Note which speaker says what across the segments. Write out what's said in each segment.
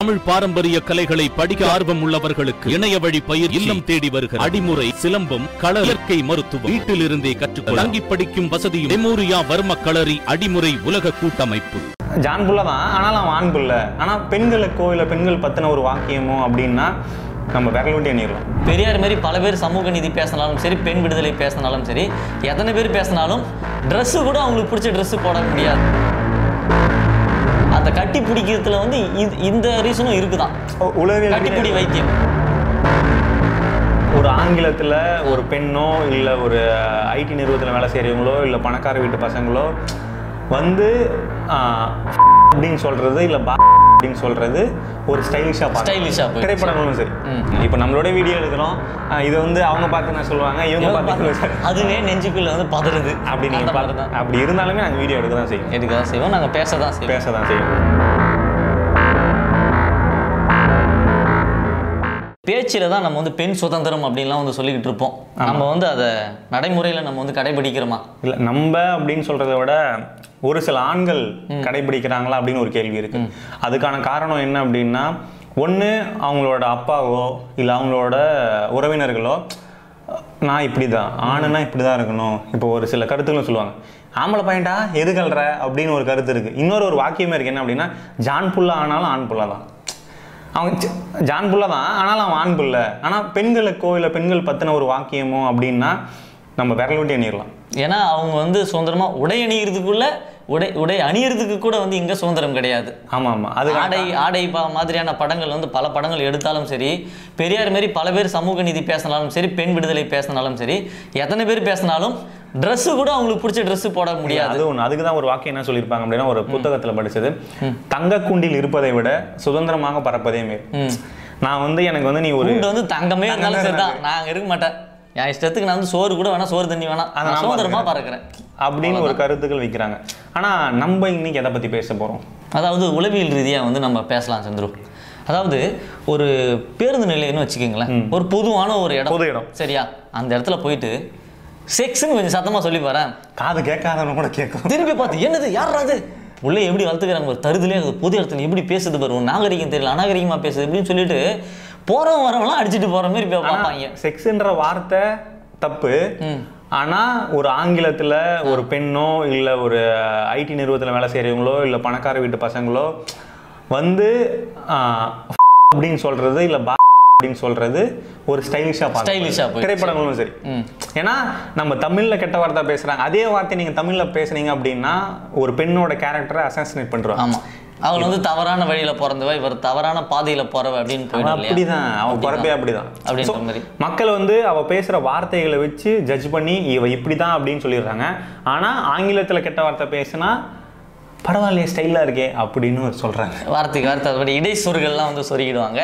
Speaker 1: தமிழ் பாரம்பரிய கலைகளை படிக்க ஆர்வம் உள்ளவர்களுக்கு இணைய வழி பயிர் இல்லம் தேடி வருகிற அடிமுறை சிலம்பம் கள இயற்கை மருத்துவம் வீட்டிலிருந்தே கற்றுக்கொள்ள தங்கி படிக்கும் வசதியும் மெமோரியா வர்ம களரி அடிமுறை உலக கூட்டமைப்பு
Speaker 2: ஜான் புள்ள தான் ஆனால் அவன் ஆண் புள்ள ஆனால் பெண்களுக்கோ இல்லை பெண்கள் பற்றின ஒரு வாக்கியமோ அப்படின்னா நம்ம விரல் விட்டு எண்ணிடலாம்
Speaker 3: பெரியார் மாதிரி பல பேர் சமூக நீதி பேசினாலும் சரி பெண் விடுதலை பேசினாலும் சரி எத்தனை பேர் பேசினாலும் ட்ரெஸ்ஸு கூட அவங்களுக்கு பிடிச்ச ட்ரெஸ்ஸு போட முடியாது அந்த கட்டி பிடிக்கிறதுல வந்து இது இந்த ரீசனும் இருக்குதான்
Speaker 2: உ- உளவியல்
Speaker 3: கட்டிப்பிடி வைத்தியம்
Speaker 2: ஒரு ஆங்கிலத்தில் ஒரு பெண்ணோ இல்லை ஒரு ஐடி நிறுவனத்தில் வேலை செய்கிறவங்களோ இல்லை பணக்கார வீட்டு பசங்களோ வந்து ஆஹ், அப்படின்னு சொல்கிறது இல்லை பா அப்படின்னு சொல்கிறது ஒரு ஸ்டைலிஷாக
Speaker 3: Stylish ஆ போயிடுச்சு.
Speaker 2: திரைப்படங்களும் சரி
Speaker 3: ம்.
Speaker 2: இப்போ நம்மளோட வீடியோ எடுக்கிறோம் ஆஹ் இதை வந்து அவங்க பார்த்து என்ன சொல்லுவாங்க இவங்க பார்த்து சார்
Speaker 3: அதுவே நெஞ்சுக்குள்ள வந்து பதறுது
Speaker 2: அப்படி
Speaker 3: அந்த
Speaker 2: நீங்கள்
Speaker 3: மாதிரி
Speaker 2: பார்த்து
Speaker 3: தான்
Speaker 2: அப்படி இருந்தாலுமே நாங்கள் வீடியோ எடுக்க தான் செய்யும்
Speaker 3: எடுக்க தான் செய்வோம் நாங்கள் பேச தான் செய்வோம்
Speaker 2: பேச தான் செய்யும்
Speaker 3: பேச்சில் தான் நம்ம வந்து பெண் சுதந்திரம் அப்படின்லாம் வந்து சொல்லிக்கிட்டு இருப்போம் நம்ம வந்து அதை நடைமுறையில் நம்ம வந்து கடைபிடிக்கிறோமா
Speaker 2: இல்லை நம்ம அப்படின்னு சொல்கிறத விட ஒரு சில ஆண்கள் கடைபிடிக்கிறாங்களா அப்படின்னு ஒரு கேள்வி இருக்கு அதுக்கான காரணம் என்ன அப்படின்னா ஒன்று அவங்களோட அப்பாவோ இல்லை அவங்களோட உறவினர்களோ நான் இப்படி தான் ஆணுனா இப்படி தான் இருக்கணும் இப்போ ஒரு சில கருத்துக்களும் சொல்லுவாங்க ஆம்பளை பையன்டா எது கல்ற அப்படின்னு ஒரு கருத்து இருக்குது இன்னொரு ஒரு வாக்கியமே இருக்குது என்ன அப்படின்னா ஜான் புல்லா ஆனாலும் ஆண் புல்லா தான் அவன் ஜ- ஜான் புள்ள தான் ஆனாலும் அவன் ஆண் புள்ள ஆனால் பெண்களுக்கோ இல்லை பெண்கள் பற்றின ஒரு வாக்கியமோ அப்படின்னா நம்ம விரல் விட்டு எண்ணிடலாம்
Speaker 3: ஏன்னா அவங்க வந்து சுதந்திரமா உடை அணியிறதுக்குள்ள உடை உடை அணியிறதுக்கு கூட வந்து இங்க சுதந்திரம் கிடையாது
Speaker 2: ஆமா ஆமா அது
Speaker 3: ஆடை ஆடை பா- மாதிரியான படங்கள் வந்து பல படங்கள் எடுத்தாலும் சரி பெரியார் மாதிரி பல பேர் சமூக நீதி பேசினாலும் சரி பெண் விடுதலை பேசினாலும் சரி எத்தனை பேர் பேசினாலும் ட்ரெஸ்ஸு கூட அவங்களுக்கு பிடிச்ச ட்ரெஸ்ஸு போட முடியாது
Speaker 2: அது ஒண்ணு அதுக்கு தான் ஒரு வாக்கியம் என்ன சொல்லியிருப்பாங்க அப்படின்னா ஒரு புத்தகத்துல படிச்சது தங்க கூண்டில் இருப்பதை விட சுதந்திரமாக பறப்பதே மேல் நான் வந்து எனக்கு வந்து நீ ஒரு
Speaker 3: கூண்டு வந்து தங்கமே இருந்தாலும் சரி தான் நான் அங்க இருக்க மாட்டேன் என் இஷ்டத்துக்கு நான் வந்து சோறு கூட வேணா சோறு தண்ணி வேணாம்
Speaker 2: அதை
Speaker 3: நான்
Speaker 2: நான்
Speaker 3: சுதந்திரமா பறக்கிறேன்
Speaker 2: அப்படின்னு ஒரு கருத்துக்கள் வைக்கிறாங்க ஆனா நம்ம இன்னைக்கு எதை பத்தி பேச போறோம்
Speaker 3: அதாவது உளவியல் ரீதியாக வந்து நம்ம பேசலாம் சந்துரு அதாவது ஒரு பேருந்து நிலையம்னு வச்சுக்கோங்களேன் ஒரு பொதுவான ஒரு இடம்
Speaker 2: பொது இடம்.
Speaker 3: சரியா அந்த இடத்துல போயிட்டு செக்ஸ்னு கொஞ்சம் சத்தமாக சொல்லி பாரேன்
Speaker 2: காது கேட்காதவங்க கூட கேட்கும்
Speaker 3: திரும்பி பார்த்து என்னது யார் அது உள்ளே எப்படி வளர்த்துக்கிறாங்க ஒரு தருதலே அது பொது இடத்துல எப்படி பேசுது பாரு ஒரு நாகரிகம் தெரியல அநாகரிகமா பேசுது அப்படின்னு சொல்லிட்டு போறவன் வரவங்களாம் அடிச்சிட்டு போற மாதிரி பே- பார்ப்பாங்க
Speaker 2: செக்ஸ்ன்ற வார்த்தை தப்பு ஆனா ஒரு ஆங்கிலத்துல ஒரு பெண்ணோ இல்ல ஒரு ஐடி நிறுவனத்துல வேலை செய்றவங்களோ இல்ல பணக்கார வீட்டு பசங்களோ வந்து ஆஹ், அப்படின்னு சொல்றது இல்ல பா அப்படின்னு சொல்றது ஒரு ஸ்டைலிஷா
Speaker 3: Stylish ஆ போயிடுச்சு.
Speaker 2: திரைப்படங்களும் சரி ஏன்னா நம்ம தமிழ்ல கெட்ட வார்த்தை பேசுறாங்க அதே வார்த்தை நீங்க தமிழ்ல பேசுனீங்க அப்படின்னா ஒரு பெண்ணோட கேரக்டரை அசாசினேட் பண்றாங்க
Speaker 3: ஆமா அவள் வந்து தவறான வழியில பிறந்தவ இவர் தவறான பாதையில போறவ அப்படின்னு போயிடும் இல்லையா
Speaker 2: அப்படிதான் அவன் பிறப்பே அப்படிதான்
Speaker 3: அப்படின்ற
Speaker 2: So,
Speaker 3: மாதிரி.
Speaker 2: மக்கள் வந்து அவ பேசுற வார்த்தைகளை வச்சு ஜட்ஜ் பண்ணி இவ இப்படிதான் அப்படின்னு சொல்லிடுறாங்க ஆனா ஆங்கிலத்துல கெட்ட வார்த்தை பேசினா பரவாயில்லையே ஸ்டைலா இருக்கே அப்படின்னு சொல்றாங்க
Speaker 3: வார்த்தைக்கு வார்த்தை அதுபடி இடை சொற்கள்லாம் வந்து சொருகிடுவாங்க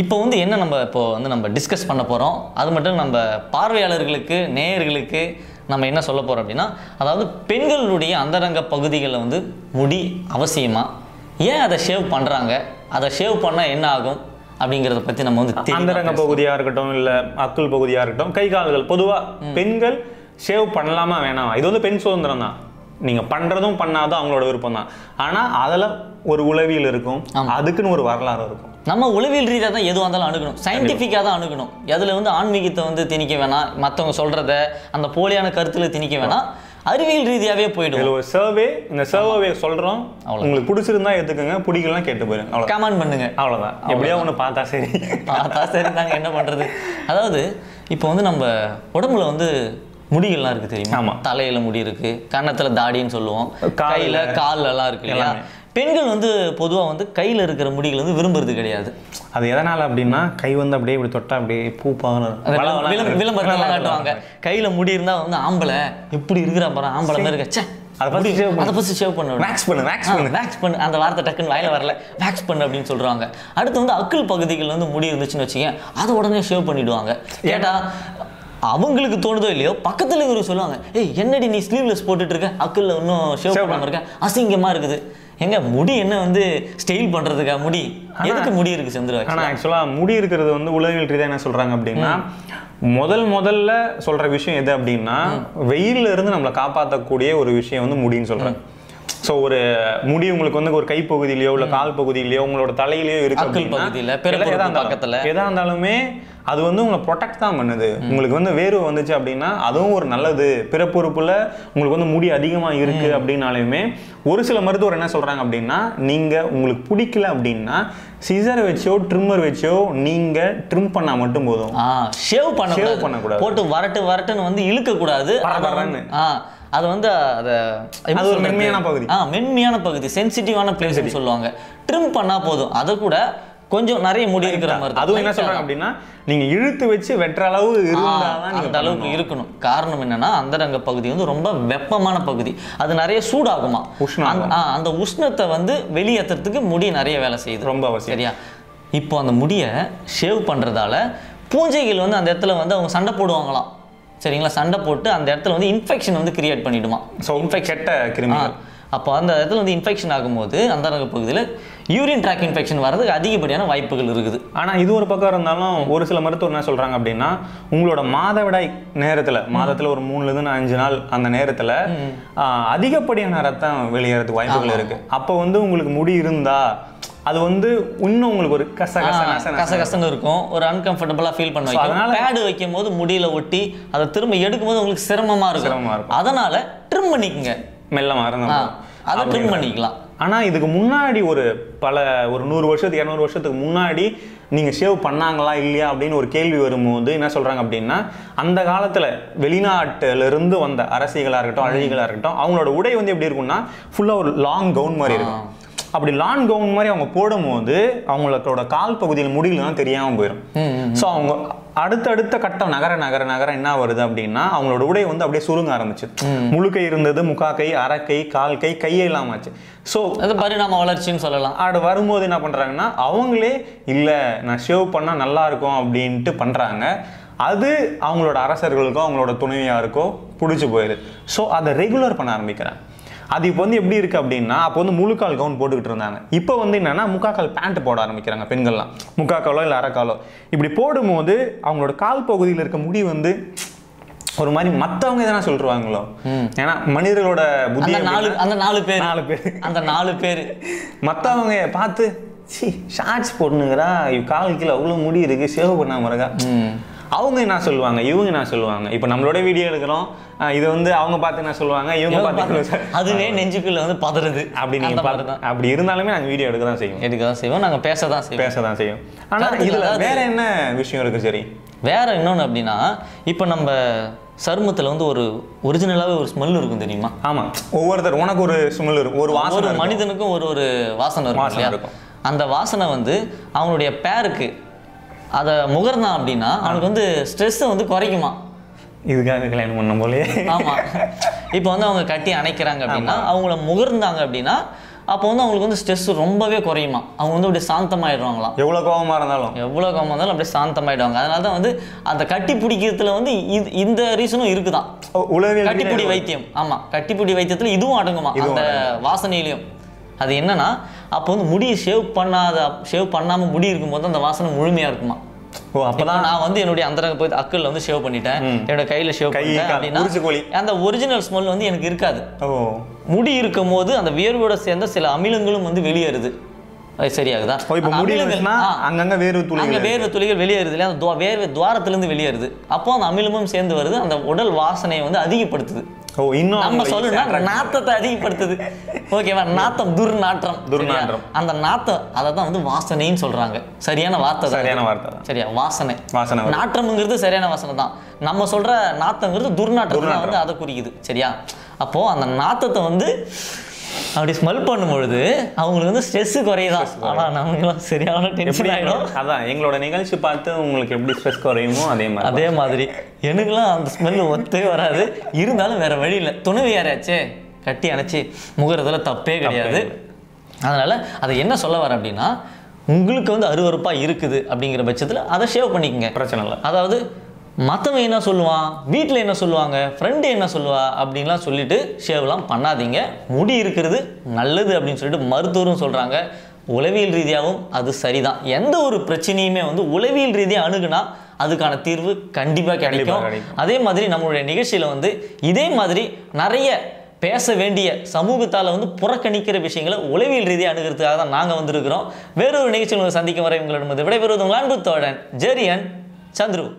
Speaker 3: இப்போ வந்து என்ன நம்ம இப்போ வந்து நம்ம டிஸ்கஸ் பண்ண போகிறோம் அது மட்டும் நம்ம பார்வையாளர்களுக்கு நேயர்களுக்கு நம்ம என்ன சொல்ல போகிறோம் அப்படின்னா அதாவது பெண்களுடைய அந்தரங்க பகுதிகளில் வந்து முடி அவசியமா ஏன் அதை ஷேவ் பண்ணுறாங்க அதை ஷேவ் பண்ணால் என்ன ஆகும் அப்படிங்கிறத பற்றி நம்ம வந்து தெளிவா
Speaker 2: அந்தரங்க
Speaker 3: பேசலாம்.
Speaker 2: பகுதியா இருக்கட்டும் இல்ல அக்குள் பகுதியா இருக்கட்டும் கை கால்கள் பொதுவா பெண்கள் ஷேவ் பண்ணலாமா வேணாமா இது வந்து பெண் சுதந்திரம் தான் நீங்க பண்றதும் பண்ணாதும் அவங்களோட விருப்பம் தான் ஆனா அதுல ஒரு உளவியல் இருக்கும் அதுக்குன்னு ஒரு வரலாறு இருக்கும்
Speaker 3: நம்ம உளவியல் ரீதியாக தான் எதுவாக இருந்தாலும் அணுகணும் சயின்டிஃபிக்காக தான் அணுகணும் அதில் வந்து ஆன்மீகத்தை வந்து திணிக்க வேணாம் மற்றவங்க சொல்கிறத அந்த போலியான கருத்தில் திணிக்க வேணாம் அறிவியல் ரீதியாகவே போயிடும்
Speaker 2: இதுல ஒரு சர்வே இந்த சர்வே சொல்றோம் உங்களுக்கு பிடிச்சிருந்தா எடுத்துக்கோங்க பிடிக்கலாம் கேட்டு போயிருங்க அவ்வளவுதான்.
Speaker 3: கமெண்ட் பண்ணுங்க
Speaker 2: அவ்வளவுதான் எப்படியா ஒண்ணு பார்த்தா சரி
Speaker 3: பார்த்தா சரி நாங்க என்ன பண்றது அதாவது இப்போ வந்து நம்ம உடம்புல வந்து முடிகள்லாம் இருக்கு
Speaker 2: ஆமா.
Speaker 3: தெரியுமா தலையில முடி இருக்கு கன்னத்துல தாடின்னு சொல்லுவோம்
Speaker 2: கால்ல.
Speaker 3: கையில கால்ல எல்லாம் இருக்கு இல்லையா
Speaker 2: எல்லாமே.
Speaker 3: பெண்கள் வந்து பொதுவா வந்து கையில இருக்கிற முடிகள் வந்து விரும்புறது கிடையாது
Speaker 2: அது எதனால அப்படின்னா கை வந்து அப்படியே இப்படி தொட்டா அப்படியே பூ பாவன
Speaker 3: அந்த விளம்- விளம்பரத்தெல்லாம் காட்டுவாங்க கையில முடி இருந்தா வந்து ஆம்பளை எப்படி இருக்கிறா பாரு ஆம்பளை மாதிரி இருக்கச்சே
Speaker 2: அதை first shave பண்ணு.
Speaker 3: அதை ஃபர்ஸ்ட் ஷேவ் பண்ணணும்
Speaker 2: மேக்ஸ் பண்ணு மேக்ஸ் பண்ணு
Speaker 3: வேக்ஸ் பண்ணு அந்த வார்த்தை டக்குன்னு வாயில வரல வேக்ஸ் பண்ணு அப்படின்னு சொல்றாங்க அடுத்து வந்து அக்குள் பகுதிகளில் வந்து முடி இருந்துச்சுன்னு வச்சுக்கேன் அதை உடனே ஷேவ் பண்ணிடுவாங்க கேட்டா அவங்களுக்கு தோணுதோ இல்லையோ பக்கத்துல இவரு சொல்லுவாங்க ஏய் என்னடி நீ ஸ்லீவ்லெஸ் போட்டுட்டு இருக்க அக்குள்ள இன்னும் ஷேவ் பண்ணாம இருக்க அசிங்கமா இருக்குது எங்க முடி என்ன வந்து ஸ்டைல் பண்றதுக்கா முடி எதுக்கு முடி இருக்கு செந்துரு
Speaker 2: ஆனா ஆக்சுவலா முடி இருக்கிறது வந்து உளவியல் ரீதியா என்ன சொல்றாங்க அப்படின்னா முதல் முதல்ல சொல்ற விஷயம் எது அப்படின்னா வெயில்ல இருந்து நம்மளை காப்பாற்றக்கூடிய ஒரு விஷயம் வந்து முடின்னு சொல்றாங்க ஸோ ஒரு முடி உங்களுக்கு வந்து ஒரு கை பகுதியிலயோ இல்லை கால் பகுதியிலயோ உங்களோட தலையிலயோ இருக்கு
Speaker 3: அக்குள்
Speaker 2: அப்படின்னா,
Speaker 3: பகுதியில, பெரும்புறத்து
Speaker 2: எதா இருந்தாலும்,
Speaker 3: பக்கத்துல.
Speaker 2: எதா இருந்தாலுமே அது வந்து உங்களை ப்ரொடெக்ட் தான் பண்ணுது உங்களுக்கு வந்து வேர்வை வந்துச்சு அப்படின்னா அதுவும் ஒரு நல்லது பிறப்புறுப்புல உங்களுக்கு வந்து முடி அதிகமா இருக்கு அப்படின்னாலுமே ஒரு சில மருத்துவர் என்ன சொல்றாங்க அப்படின்னா நீங்க உங்களுக்கு பிடிக்கல அப்படின்னா சிசர் வச்சோ ட்ரிம்மர் வச்சோ நீங்க ட்ரிம் பண்ணா மட்டும் போதும்
Speaker 3: ஆ ஷேவ் பண்ணக்கூடாது
Speaker 2: பண்ணக்கூடாது.
Speaker 3: போட்டு வரட்டு வரட்டுன்னு வந்து இழுக்கக்கூடாது
Speaker 2: வர
Speaker 3: அதை வந்து-
Speaker 2: வரன்னு.
Speaker 3: ஆ அது வந்து அதை எப்படி
Speaker 2: அது ஒரு
Speaker 3: சொல்றது?
Speaker 2: மென்மையான பகுதி.
Speaker 3: ஆ மென்மையான பகுதி சென்சிட்டிவான பிளேஸ் சொல்லுவாங்க ட்ரிம் பண்ணா போதும் அதை கூட கொஞ்சம் நிறைய முடி இருக்கிற மாதிரி தான்.
Speaker 2: அதுவும் என்ன
Speaker 3: Light ஆ
Speaker 2: சொல்றாங்க அப்படின்னா நீங்க இழுத்து வச்சு வெட்டுற அளவு
Speaker 3: ஆ,
Speaker 2: இருந்தாதான் நீங்க
Speaker 3: அந்த அளவுக்கு இருக்கணும் காரணம் என்னன்னா அந்தரங்க பகுதி வந்து ரொம்ப வெப்பமான பகுதி அது நிறைய சூடாகுமா
Speaker 2: உஷ்ணம்
Speaker 3: அந்த- ஆ, அந்த உஷ்ணத்தை வந்து வெளியேற்றுறதுக்கு முடி நிறைய வேலை செய்யுது
Speaker 2: ரொம்ப அவசியம்.
Speaker 3: சரியா இப்போ அந்த முடியை ஷேவ் பண்றதால பூஞ்சைகள் வந்து அந்த இடத்துல வந்து அவங்க சண்டை போடுவாங்களாம் சரிங்களா சண்டை போட்டு அந்த இடத்துல வந்து இன்ஃபெக்ஷன் வந்து கிரியேட் பண்ணிடுமா
Speaker 2: ஸோ கெட்ட கிருமிகள்
Speaker 3: அப்போ அந்த இடத்துல வந்து இன்ஃபெக்ஷன் ஆகும்போது அந்தரங்க பகுதியில் யூரின் ட்ராக் இன்ஃபெக்ஷன் வர்றதுக்கு அதிகப்படியான வாய்ப்புகள் இருக்குது
Speaker 2: ஆனா இது ஒரு பக்கம் இருந்தாலும் ஒரு சில மருத்துவர் என்ன சொல்றாங்க அப்படின்னா உங்களோட மாதவிடாய் நேரத்துல மாதத்துல ஒரு மூணுல இருந்து அஞ்சு நாள் அந்த நேரத்துல ஆஹ், அதிகப்படியான ரத்தம் வெளியேறதுக்கு வாய்ப்புகள் இருக்கு அப்போ வந்து உங்களுக்கு முடி இருந்தா அது வந்து இன்னும் உங்களுக்கு ஒரு கச கச
Speaker 3: ஆ,
Speaker 2: நச நச.
Speaker 3: கசகசன்னு இருக்கும் ஒரு அன்கம்ஃபர்டபுளா ஃபீல் பண்ண வைக்கும்
Speaker 2: அதனால-
Speaker 3: பேடு வைக்கும் போது முடியல ஒட்டி அதை திரும்ப எடுக்கும் போது உங்களுக்கு சிரமமா இருக்கும்
Speaker 2: சிரமமா இருக்கும்.
Speaker 3: அதனால ட்ரிம் பண்ணிக்கங்க
Speaker 2: மெல்லமா
Speaker 3: ஆ,
Speaker 2: இருந்தா
Speaker 3: அதை ட்ரிம் பண்ணிக்கலாம்
Speaker 2: ஆனா இதுக்கு முன்னாடி ஒரு பல ஒரு நூறு வருஷத்துக்கு இரநூறு வருஷத்துக்கு முன்னாடி நீங்க ஷேவ் பண்ணாங்களா இல்லையா அப்படின்னு ஒரு கேள்வி வரும்போது என்ன சொல்றாங்க அப்படின்னா அந்த காலத்துல வெளிநாட்டுல இருந்து வந்த அரசிகளா இருக்கட்டும் அழகிகளா இருக்கட்டும் அவங்களோட உடை வந்து எப்படி இருக்கும்னா ஃபுல்லா ஒரு லாங் கவுன் மாதிரி இருக்கும் அப்படி லாங் கவுன் மாதிரி அவங்க போடும்போது அவங்களோட கால் பகுதியில் முடியல தான் தெரியாம போயிடும்
Speaker 3: ம்,
Speaker 2: ஸோ அவங்க அடுத்தடுத்த கட்டம் நகர நகர நகர என்ன வருது அப்படின்னா அவங்களோட உடை வந்து அப்படியே சுருங்க ஆரம்பிச்சு முழுக்கை இருந்தது முக்காக்கை அரக்கை கால் கை கையே இல்லாம ஆச்சு ஸோ
Speaker 3: அது பரிணாம வளர்ச்சின்னு சொல்லலாம்
Speaker 2: ஆடு வரும்போது என்ன பண்றாங்கன்னா அவங்களே இல்லை நான் ஷேவ் பண்ணா நல்லா இருக்கும் அப்படின்ட்டு பண்றாங்க அது அவங்களோட அரசர்களுக்கோ அவங்களோட துணைவியாருக்கோ பிடிச்சி போயிடுது ஸோ அதை ரெகுலர் பண்ண ஆரம்பிக்கிறாங்க அது இப்போ வந்து எப்படி இருக்கு அப்படின்னா அப்போ வந்து முழுக்கால் கவுன் போட்டுக்கிட்டு இருந்தாங்க இப்போ வந்து என்னன்னா முக்காக்கால் பேண்ட் போட ஆரம்பிக்கிறாங்க பெண்கள்லாம் முக்காக்காலோ இல்லை அரைக்காலோ இப்படி போடும்போது அவங்களோட கால் பகுதியில் இருக்க முடி வந்து ஒரு மாதிரி மற்றவங்க எதனா சொல்லிருவாங்களோ ஏன்னா மனிதர்களோட புத்தி
Speaker 3: அந்த நாலு
Speaker 2: எப்படின்னா,
Speaker 3: அந்த நாலு பேர்
Speaker 2: நாலு பேர்
Speaker 3: அந்த நாலு பேர்
Speaker 2: மத்தவங்க பார்த்து சி ஷார்ட்ஸ் போட்டுனுங்கிறா கால் கீழே அவ்வளோ முடி இருக்கு சேவ் பண்ணாம இருக்கா அவங்க என்ன சொல்லுவாங்க இவங்க என்ன சொல்லுவாங்க இப்போ நம்மளோட வீடியோ எடுக்கிறோம் அஹ் இது வந்து அவங்க பார்த்து என்ன சொல்லுவாங்க இவங்க பார்த்து என்ன சொல்~
Speaker 3: அதுவே நெஞ்சுக்குள்ள வந்து பதறுது
Speaker 2: அப்படி நீங்க
Speaker 3: அந்த மாதிரி
Speaker 2: பார்த்து
Speaker 3: தான்
Speaker 2: அப்படி இருந்தாலுமே நாங்கள் வீடியோ எடுக்க தான் செய்யும்
Speaker 3: எடுக்க தான் செய்வோம் நாங்க பேச தான் செய்வோம்
Speaker 2: பேச தான் செய்யும் ஆனா
Speaker 3: கருத்துக்கள்
Speaker 2: இதுல
Speaker 3: அதாவது-
Speaker 2: வேற என்ன விஷயம் இருக்கு சரி
Speaker 3: வேற இன்னொன்னு அப்படின்னா இப்போ நம்ம சருமத்துல வந்து ஒரு ஒரிஜினலாவே ஒரு ஸ்மெல் இருக்கும் தெரியுமா
Speaker 2: ஆமா ஒவ்வொருத்தர் உனக்கு ஒரு சுமல் இருக்கும் ஒரு வாசனை
Speaker 3: ஒரு
Speaker 2: இருக்கும்.
Speaker 3: மனிதனுக்கும் ஒரு ஒரு வாசனை இருக்கும்
Speaker 2: வாசனை
Speaker 3: இல்லையா
Speaker 2: இருக்கும்.
Speaker 3: அந்த வாசனை வந்து அவனுடைய பேருக்கு அதை முகர்ந்தான் அப்படின்னா அவனுக்கு வந்து ஸ்ட்ரெஸ்ஸை வந்து குறைக்குமா
Speaker 2: இதுக்காக கல்யாணம் பண்ண போலயே
Speaker 3: ஆமா இப்போ வந்து அவங்க கட்டி அணைக்கிறாங்க அப்படின்னா அவங்கள முகர்ந்தாங்க அப்படின்னா அப்போ வந்து அவங்களுக்கு வந்து ஸ்ட்ரெஸ் ரொம்பவே குறையுமா அவங்க வந்து அப்படியே சாந்தமாயிடுவாங்களாம்
Speaker 2: எவ்வளவு கோவமா இருந்தாலும்
Speaker 3: எவ்வளோ கோவம் வந்தாலும் அப்படியே சாந்தமாயிடுவாங்க அதனால தான் வந்து அந்த கட்டி பிடிக்கிறதுல வந்து இது இந்த ரீசனும் இருக்குதான்
Speaker 2: உ- உளவியல்
Speaker 3: கட்டிப்புடி வைத்தியம் ஆமா கட்டிப்புடி வைத்தியத்துல இதுவும் அடங்குமா அந்த வாசனையிலையும் அது என்னன்னா அப்போ வந்து முடியை ஷேவ் பண்ணாத ஷேவ் பண்ணாம முடி இருக்கும்போது அந்த வாசனை முழுமையா இருக்குமா
Speaker 2: ஓ அப்பதான்
Speaker 3: அப்பதான் நான் வந்து என்னுடைய அந்தரங்க போய் அக்கல்ல வந்து ஷேவ் பண்ணிட்டேன் என்னோட கையில ஷேவ்
Speaker 2: கை,
Speaker 3: பண்ணிட்டேன்
Speaker 2: கால், உரிச்சுக்கோழி.
Speaker 3: அப்படின்னா அந்த ஒரிஜினல் ஸ்மெல் வந்து எனக்கு இருக்காது
Speaker 2: ஓ
Speaker 3: முடி இருக்கும் போது அந்த வியர்வோட சேர்ந்த சில அமிலங்களும் வந்து வெளியேறுது அது சரியாகுதா
Speaker 2: ஓ, இப்போ
Speaker 3: அந்த
Speaker 2: முடி
Speaker 3: அமிலங்கள்,
Speaker 2: இருந்துச்சுன்னா
Speaker 3: ஆ,
Speaker 2: அங்கங்க வேர்வை
Speaker 3: அங்க
Speaker 2: துளிகள்
Speaker 3: வேர்வை துளிகள் வெளியேறுது இல்லையா அந்த துவா- வேர்வை துவாரத்திலிருந்து வெளியேறுது அப்போ அந்த அமிலமும் சேர்ந்து வருது அந்த உடல் வாசனையை வந்து அதிகப்படுத்துது
Speaker 2: ஓ இன்னும்
Speaker 3: நம்ம
Speaker 2: அவங்களை
Speaker 3: சொல்லணும்னா
Speaker 2: attract
Speaker 3: நாத்தத்தை அதிகப்படுத்துது ஓகேவா நாத்தம் துர்நாற்றம்
Speaker 2: துர்நாற்றம்.
Speaker 3: சரியா? அந்த நாத்தம் அதை தான் வந்து வாசனைன்னு சொல்றாங்க சரியான வார்த்தை தான்
Speaker 2: சரியான வார்த்தை தான்
Speaker 3: சரியா வாசனை
Speaker 2: வாசனை வரும்.
Speaker 3: நாற்றம்ங்கிறது சரியான வாசனை தான் நம்ம சொல்ற நாத்தங்கிறது துர்நாற்றம் தான்
Speaker 2: துர்நாற்றம்.
Speaker 3: வந்து அதை குறிக்குது சரியா அப்போ அந்த நாத்தத்தை வந்து அப்படி ஸ்மெல் பண்ணும் பொழுது அவங்களுக்கு வந்து ஸ்ட்ரெஸ் குறையுதான் ஆனா நமக்குலாம் சரியான
Speaker 2: எப்படி
Speaker 3: டென்ஷன் ஆயிடும்
Speaker 2: அதான் எங்களோட நிகழ்ச்சி பார்த்து உங்களுக்கு எப்படி ஸ்ட்ரெஸ் குறையுமோ அதே மாதிரி
Speaker 3: அதே மாதிரி எனக்குலாம் அந்த ஸ்மெல் ஒத்தே வராது இருந்தாலும் வேற வழி இல்லை துணவி யாராச்சே கட்டி அணைச்சி முகறதுல தப்பே கிடையாது அதனால அதை என்ன சொல்ல வரேன் அப்படின்னா உங்களுக்கு வந்து அருவருப்பா இருக்குது அப்படிங்கிற பட்சத்துல அதை ஷேவ் பண்ணிக்கங்க
Speaker 2: பிரச்சனை இல்லை
Speaker 3: அதாவது மற்றவன் என்ன சொல்லுவான் வீட்டில் என்ன சொல்லுவாங்க ஃப்ரெண்டு என்ன சொல்லுவா அப்படின்லாம் சொல்லிட்டு ஷேவ்லாம் பண்ணாதீங்க முடி இருக்கிறது நல்லது அப்படின்னு சொல்லிட்டு மருத்துவரும் சொல்கிறாங்க உளவியல் ரீதியாகவும் அது சரிதான் எந்த ஒரு பிரச்சனையுமே வந்து உளவியல் ரீதியாக அணுகுனா அதுக்கான தீர்வு கண்டிப்பாக
Speaker 2: கண்டிப்பா
Speaker 3: கிடைக்கும்
Speaker 2: கிடைக்கும்.
Speaker 3: அதே மாதிரி நம்மளுடைய நிகழ்ச்சியில் வந்து இதே மாதிரி நிறைய பேச வேண்டிய சமூகத்தால் வந்து புறக்கணிக்கிற விஷயங்களை உளவியல் ரீதியாக அணுகிறதுக்காக தான் நாங்கள் வந்திருக்கிறோம் வேறொரு நிகழ்ச்சியில் உங்களை சந்திக்கும் வரை உங்களிடம் விடைபெறுவது உங்கள் அன்பு தோழன் ஜெரியன் சந்துரு